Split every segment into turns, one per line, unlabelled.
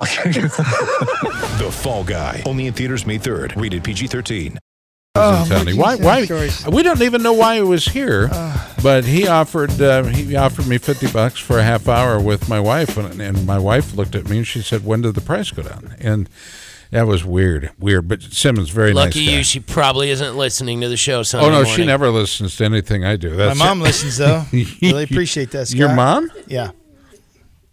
The Fall Guy. Only in theaters May 3rd. Rated PG 13.
I'm telling you. Why? Why? We don't even know why he was here,
Uh.
but he offered uh, he offered me fifty bucks for a half hour with my wife, and, and my wife looked at me and she said, "When did the price go down?" And that was weird, weird. But Simmons very
Lucky
nice guy.
you, she probably isn't listening to the show. Sunday
oh no, she
morning.
never listens to anything I do.
My
That's
mom
it.
listens though. Really appreciate that. Scott.
Your mom?
Yeah.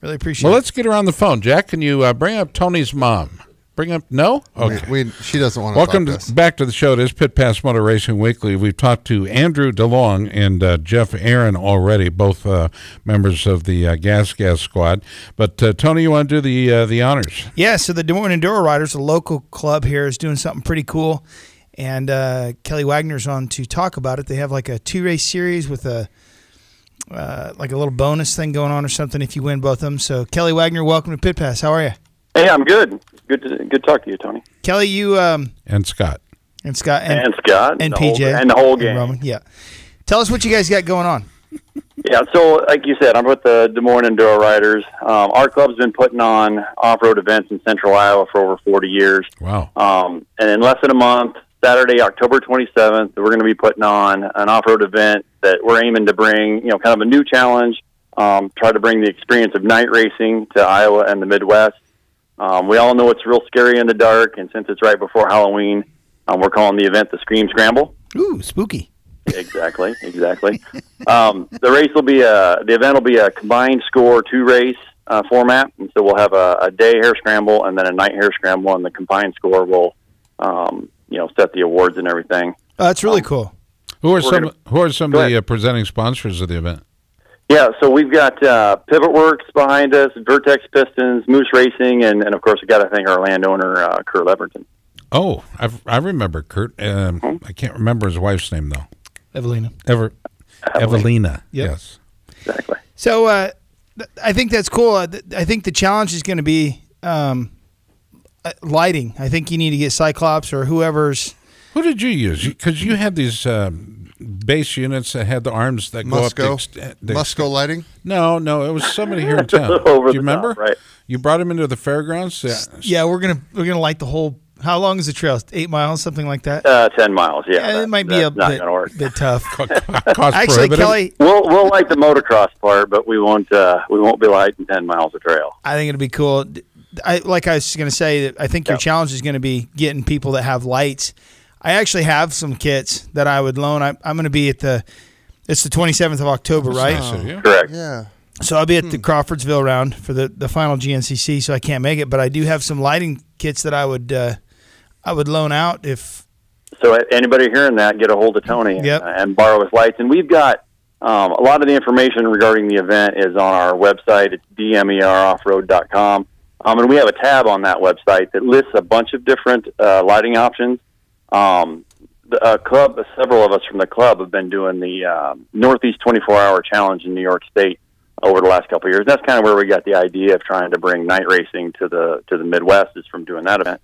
Really appreciate.
Well,
it.
let's get her on the phone. Jack, can you uh, bring up Tony's mom? Bring up no. Okay.
We, we- she doesn't want to
Welcome
talk
to,
this.
back to the show. It is Pit Pass Motor Racing Weekly. We've talked to Andrew DeLong and uh, Jeff Aaron already, both uh, members of the uh, Gas Gas Squad. But uh, Tony, you want to do the uh, the honors?
Yeah, so the Des Moines Enduro Riders, the local club here, is doing something pretty cool, and uh, Kelly Wagner's on to talk about it. They have like a two race series with a uh, like a little bonus thing going on or something if you win both of them. So Kelly Wagner, welcome to Pit Pass. How are you,
Hey, I'm good. Good to good to talk to you, Tony
Kelly? You um,
And Scott,
and Scott and,
and Scott
and
the whole-
PJ
and the whole
and
game.
Roman. Yeah, tell us what you guys got going on.
Yeah, so like you said, I'm with the Des Moines Enduro Riders. Um, our club's been putting on off-road events in Central Iowa for over 40 years,
wow,
um, and in less than a month, Saturday, October 27th, we're going to be putting on an off-road event that we're aiming to bring, you know, kind of a new challenge. Um, try to bring the experience of night racing to Iowa and the Midwest. Um, we all know it's real scary in the dark, and since it's right before Halloween, um, we're calling the event the Scream Scramble.
Ooh, spooky.
exactly, exactly. um, the race will be a the event will be a combined score two race uh, format, and so we'll have a, a day hair scramble and then a night hair scramble, and the combined score will um, you know set the awards and everything.
Oh, that's really cool.
who are some
gonna-
who are some
Go
of the
ahead.
uh, presenting sponsors of the event?
Yeah, so we've got uh, Pivot Works behind us, Vertex Pistons, Moose Racing, and, and of course we got to thank our landowner uh, Kurt Leverton.
Oh, I I remember Kurt. Um, I can't remember his wife's name though.
Evelina.
Ever, Evelina. Yes.
Exactly.
So uh, th- I think that's cool. Uh, th- I think the challenge is going to be um, uh, lighting. I think you need to get Cyclops or whoever's.
Who did you use? Because you had these um, base units that had the arms that go up. the
Musco,
ext- the ext-
Musco lighting.
No, no, it was somebody here in town.
Over
Do you
the top,
remember?
right.
You brought him into the fairgrounds. Yeah.
Yeah, we're gonna we're gonna light the whole. How long is the trail? Eight miles, something like that.
Uh, Ten miles. Yeah,
Yeah, it
that-
might be
that's
a
not
bit,
gonna work.
bit tough.
Cost
Actually,
prohibitive.
Kelly,
We'll we'll like the motocross part, but we won't uh, we won't be lighting ten miles of trail.
I think it'll be cool. D- I like I was going to say that I think your challenge is going to be getting people that have lights. I actually have some kits that I would loan. I, I'm going to be at the. It's the 27th of October, right?
Nice
um,
of you.
Correct.
Yeah.
So I'll be at
Hmm.
the Crawfordsville round for the, the final GNCC, so I can't make it. But I do have some lighting kits that I would uh, I would loan out if
So a- anybody hearing that, get a hold of Tony and,
Yep.
and borrow his lights. And we've got um, a lot of the information regarding the event is on our website. It's dmeroffroad.com. Um, and we have a tab on that website that lists a bunch of different uh, lighting options. Um, the uh, club, several of us from the club have been doing the uh, Northeast 24-hour challenge in New York State over the last couple of years. That's kind of where we got the idea of trying to bring night racing to the to the Midwest is from doing that event.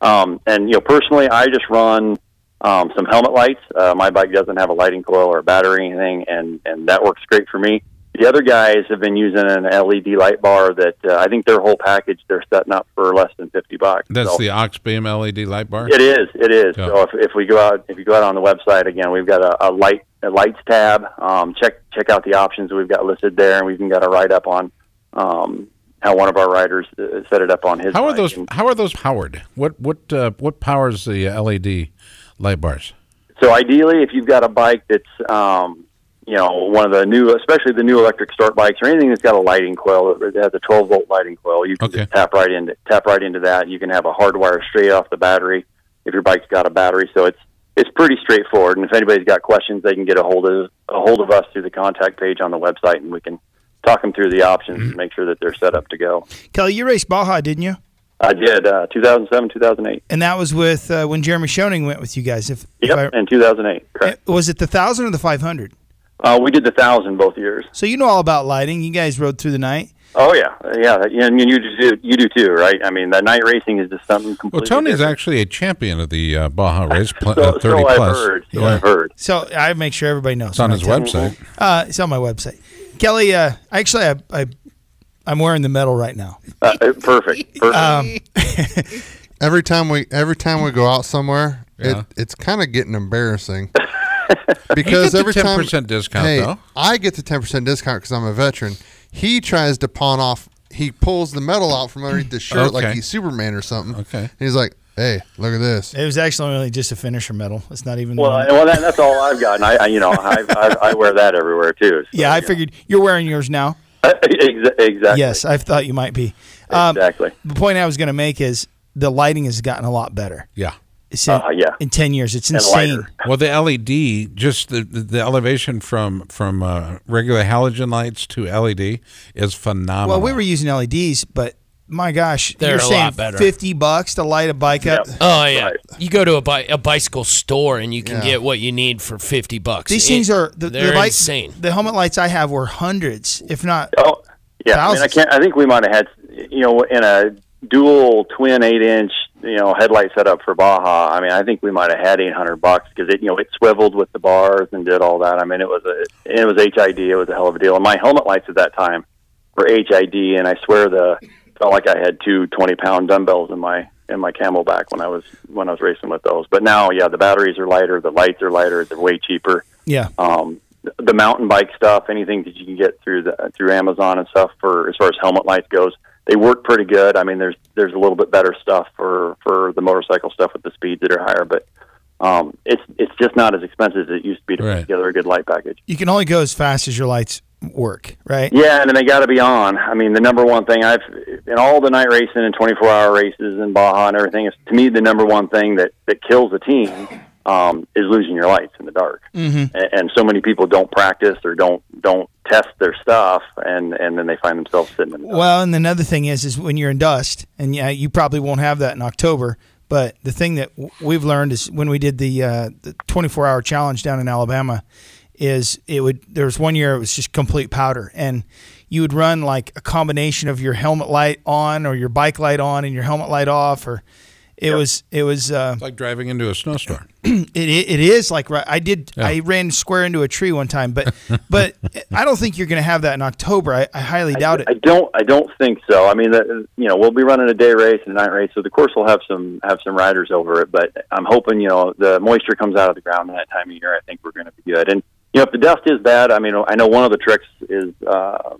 Um, and you know, personally, I just run um, some helmet lights. Uh, my bike doesn't have a lighting coil or a battery or anything, and and that works great for me. The other guys have been using an LED light bar that uh, I think their whole package they're setting up for less than fifty bucks.
That's
So-
the ox beam LED light bar.
it is. It is.
Yeah.
So if, if we go out, if you go out on the website again, we've got a, a light a lights tab. Um, check check out the options that we've got listed there, and we've even got a write up on um, how one of our riders uh, set it up on his.
How are
bike.
those?
And
How are those powered? What what uh, what powers the LED light bars?
so ideally, if you've got a bike that's um, you know one of the new, especially the new electric start bikes or anything that's got a lighting coil that has a 12 volt lighting coil, you can
Okay.
just tap right into tap right into that. You can have a hardwire straight off the battery if your bike's got a battery. So it's it's pretty straightforward. And if anybody's got questions, they can get a hold of a hold of us through the contact page on the website, and we can talk them through the options and make sure that they're set up to go.
Kelly, you raced Baja, didn't you?
I did uh, 2007, 2008.
And that was with uh, when Jeremy Shoning went with you guys. If, if
Yep,
I- Eh,
and 2008. Correct.
was it the thousand or the five hundred?
Uh, we did the thousand both years.
So you know all about lighting. You guys rode through the night.
Oh yeah, yeah. that- yeah, I mean, you do you do too, right? I mean, that night racing is just something
Well,
completely.
Tony's
different.
actually a champion of the uh, Baja Race pl-
So,
uh, 30
so
plus.
I've heard. So
Yeah.
I've heard.
So I make sure everybody knows.
It's on his
Right.
website.
Uh, it's on my website. Kelly, uh, actually, I, I, I'm wearing the medal right now.
Uh, perfect. Perfect.
Um,
Every time we every time we go out somewhere,
Yeah.
it, it's kind of getting embarrassing.
You get
Because
the
every time
10% discount,
hey,
though.
I get the ten percent discount because I'm a veteran. He tries to pawn off. He pulls the medal out from underneath the shirt like
Okay.
he's Superman or something.
Okay.
And he's like, "Hey, look at this."
It was actually only just a finisher medal. It's not even.
well,
one-
I- well, that, that's all I've gotten. I, I you know, I, I, I wear that everywhere too. So,
yeah, I
you know.
figured you're wearing yours now.
Exa- exactly.
Yes, I thought you might be. Um,
Exactly.
The point I was going to make is the lighting has gotten a lot better.
Yeah.
It's in,
Uh, yeah.
in ten years, it's
And
insane.
lighter.
Well, the LED, just the, the, the elevation from from uh, regular halogen lights to LED is phenomenal.
Well, we were using LEDs, but my gosh,
They're
you're
a lot
saying
better.
fifty bucks to light a bike up.
Yep.
Oh yeah,
Right.
you go to a, bi- a bicycle store and you can
Yeah.
get what you need for fifty bucks.
These
It-
things are the,
they're
the lights,
insane.
The helmet lights I have were hundreds, if not.
Oh, yeah. I mean, I
Thousands.
can't. I think we might have had, you know, in a dual twin eight inch, you know, headlight setup for Baja. I mean, I think we might have had eight hundred bucks because it, you know, it swiveled with the bars and did all that. I mean, it was a, it was HID. It was a hell of a deal. And my helmet lights at that time were HID, and I swear the felt like I had two 20 pound dumbbells in my in my camelback when I was when I was racing with those. But now, yeah, the batteries are lighter, the lights are lighter, they're way cheaper
Yeah,
um, the mountain bike stuff, anything that you can get through the through Amazon and stuff for as far as helmet lights goes, they work pretty good. I mean, there's there's a little bit better stuff for for the motorcycle stuff with the speeds that are higher, but um, it's it's just not as expensive as it used to be to
Right.
put together a good light package.
you can only go as fast as your lights work, right?
Yeah, and they got to be on. I mean, the number one thing I've in all the night racing and 24 hour races and Baja and everything is to me the number one thing that that kills a team um, is losing your lights in the dark. Mm-hmm. And, and so many people don't practice or don't don't test their stuff, and and then they find themselves sitting in the dark.
Well, and another thing is, is when you're in dust, and yeah, you probably won't have that in October. But the thing that w- we've learned is when we did the uh, the 24 hour challenge down in Alabama, is it would there was one year it was just complete powder, and you would run like a combination of your helmet light on or your bike light on and your helmet light off, or it was it was uh,
like driving into a snowstorm.
it, it it is like right. I did. I ran square into a tree one time, but but I don't think you're going to have that in October. I, I highly doubt it.
I don't. I don't think so. I mean, the, you know, we'll be running a day race and a night race, so the course will have some have some riders over it. But I'm hoping you know the moisture comes out of the ground in that time of year. I think we're going to be good. And you know, if the dust is bad, I mean, I know one of the tricks is uh,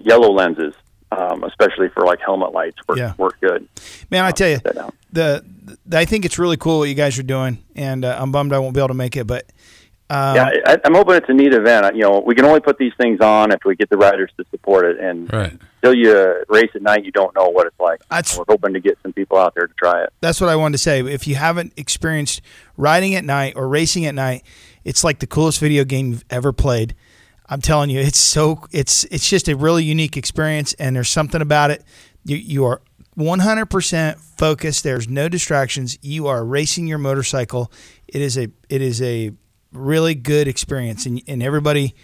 yellow lenses, um, especially for like helmet lights, work
Yeah.
work good.
Man, I tell you,
that down.
the, the I think it's really cool what you guys are doing, and uh, I'm bummed I won't be able to make it, but uh,
yeah, I, I'm hoping it's a neat event. I- You know, we can only put these things on if we get the riders to support it. And
Right.
until you race at night, you don't know what it's like.
That's-
We're hoping to get some people out there to try it.
that's what I wanted to say. If you haven't experienced riding at night or racing at night, it's like the coolest video game you've ever played. I'm telling you, it's so it's it's just a really unique experience, and there's something about it. You you are 100% focused. There's no distractions. You are racing your motorcycle. It is a it is a really good experience, and and everybody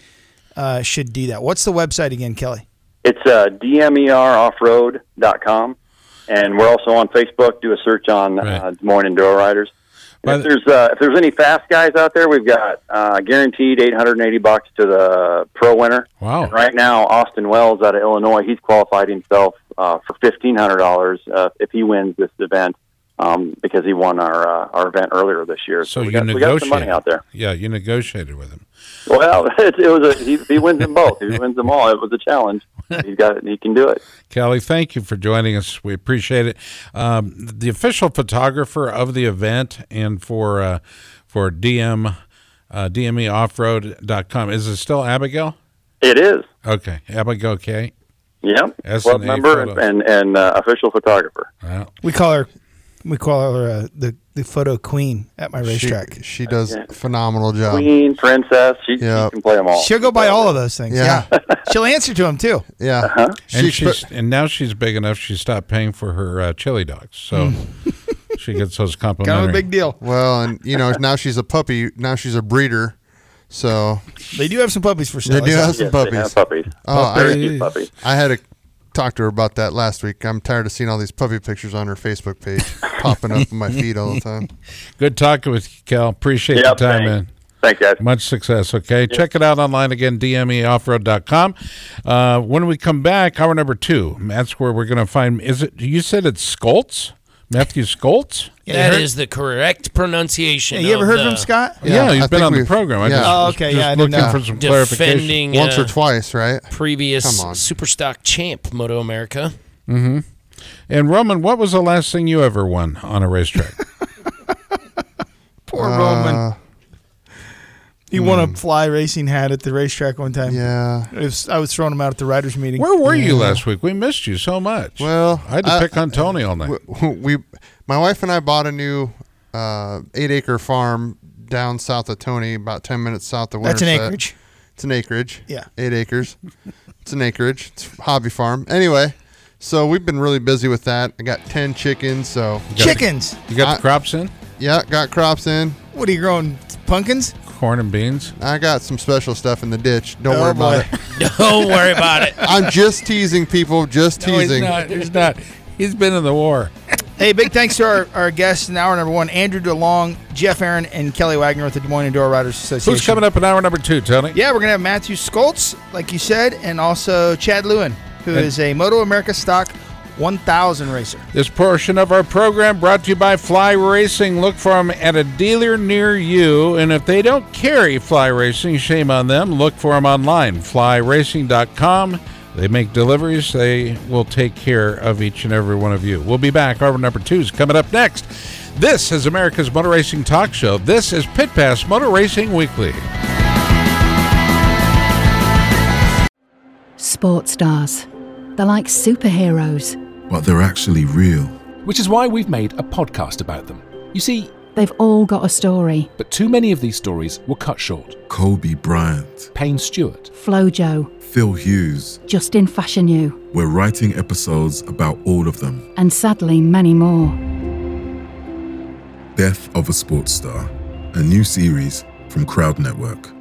uh, should do that. What's the website again, Kelly?
It's uh, dmeroffroad.com. And we're also on Facebook. Do a search on uh,
Right.
Des Moines Enduro Riders. And
By
If
the-
there's uh, if there's any fast guys out there, we've got uh, guaranteed 880 bucks to the pro winner.
Wow.
And right now, Austin Wells out of Illinois, he's qualified himself uh, for fifteen hundred dollars uh, if he wins this event um, because he won our uh, our event earlier this year.
So
we
you
got, we
negotiated.
got some money out there.
Yeah, you negotiated with him.
Well, it, it was a, he, he wins them both. He wins them all. It was a challenge. He's got it. He can do it.
Callie, thank you for joining us. We appreciate it. Um, the official photographer of the event and for uh, for DM uh, DMEoffroad.com. Is it still Abigail?
It is.
Okay, Abigail K.
Yep.
As
Club
an A
member
photo.
and and uh, official photographer.
Well,
We call her we call her uh, the the photo queen at my
She,
racetrack. She,
she does a phenomenal job.
Queen, princess, she,
Yeah.
she can play them all.
will go by all of those things.
Yeah.
Yeah, she'll answer to them too.
Yeah.
and
She's
she's and now she's big enough. She stopped paying for her uh, chili dogs, so she gets those complimentary.
Kind of a Hmm. big deal.
Well, and you know now she's a puppy. Now she's a breeder. So
They do have some puppies for
they
sale.
do have some
Yes, they
puppies.
have puppies.
Oh,
Very
I,
cute puppies.
I had to talk to her about that last week. I'm tired of seeing all these puppy pictures on her Facebook page popping up in my feed all the time.
Good talking with you, Cal. Appreciate
Yep,
the time,
thanks.
man.
Thanks, guys.
Much success. Okay. Check it out online again, E dmeoffroad.com. Uh, when we come back, hour number two, that's where we're going to find. Is it, you said it's Skoltz? Matthew Skoltz?
That is the correct pronunciation.
Yeah, you ever
of
heard
the
from Scott?
Yeah,
Yeah,
he's
I
been
think
on the
we've-
program. I
yeah.
just
Oh,
was
okay,
just
yeah, I didn't
looking
know.
for some clarification.
Defending
Once
uh,
or twice, right?
previous
Come on.
Superstock champ Moto America.
And Roman, what was the last thing you ever won on a racetrack? Uh,
Poor Roman. He won
Hmm.
a fly racing hat at the racetrack one time.
Yeah.
It was- I was throwing him out at the riders' meeting.
Where were you last week? We missed you so much.
Well,
I had to
I-
pick on Tony all night.
We, we, my wife and I bought a new uh, eight-acre farm down south of Tony, about ten minutes south of
That's
Winterset.
an acreage.
It's an acreage.
Yeah.
Eight acres. it's an acreage. It's a hobby farm. Anyway, so we've been really busy with that. I got 10 chickens. So,
Chickens.
You got
I-
the crops in?
yeah, got crops in.
What are you growing? Pumpkins?
Corn and beans?
I got some special stuff in the ditch. Don't
Oh,
worry about
boy.
it.
Don't worry about it.
I'm just teasing people. Just teasing.
No, he's not. He's not. He's been in the war.
Hey, big thanks to our, our guests in hour number one Andrew DeLong, Jeff Aaron, and Kelly Wagner with the Des Moines Indoor Riders Association.
Who's coming up in hour number two, Tony?
Yeah, we're going to have Matthew Skoltz, like you said, and also Chad Lewin, who is a Moto America Stock 1000 racer.
This portion of our program brought to you by Fly Racing. Look for them at a dealer near you. And if they don't carry Fly Racing, shame on them. Look for them online, flyracing.com. They make deliveries. They will take care of each and every one of you. We'll be back. Hour number two is coming up next. This is America's Motor Racing Talk Show. This is Pit Pass Motor Racing Weekly.
Sports stars. They're like superheroes.
But they're actually real.
Which is why we've made a podcast about them. You see,
They've all got a story.
but too many of these stories were cut short.
Kobe Bryant,
Payne Stewart,
Flojo,
Phil Hughes.
Justin Fashanu,
We're writing episodes about all of them.
and sadly many more.
Death of a Sports Star, a new series from Crowd Network.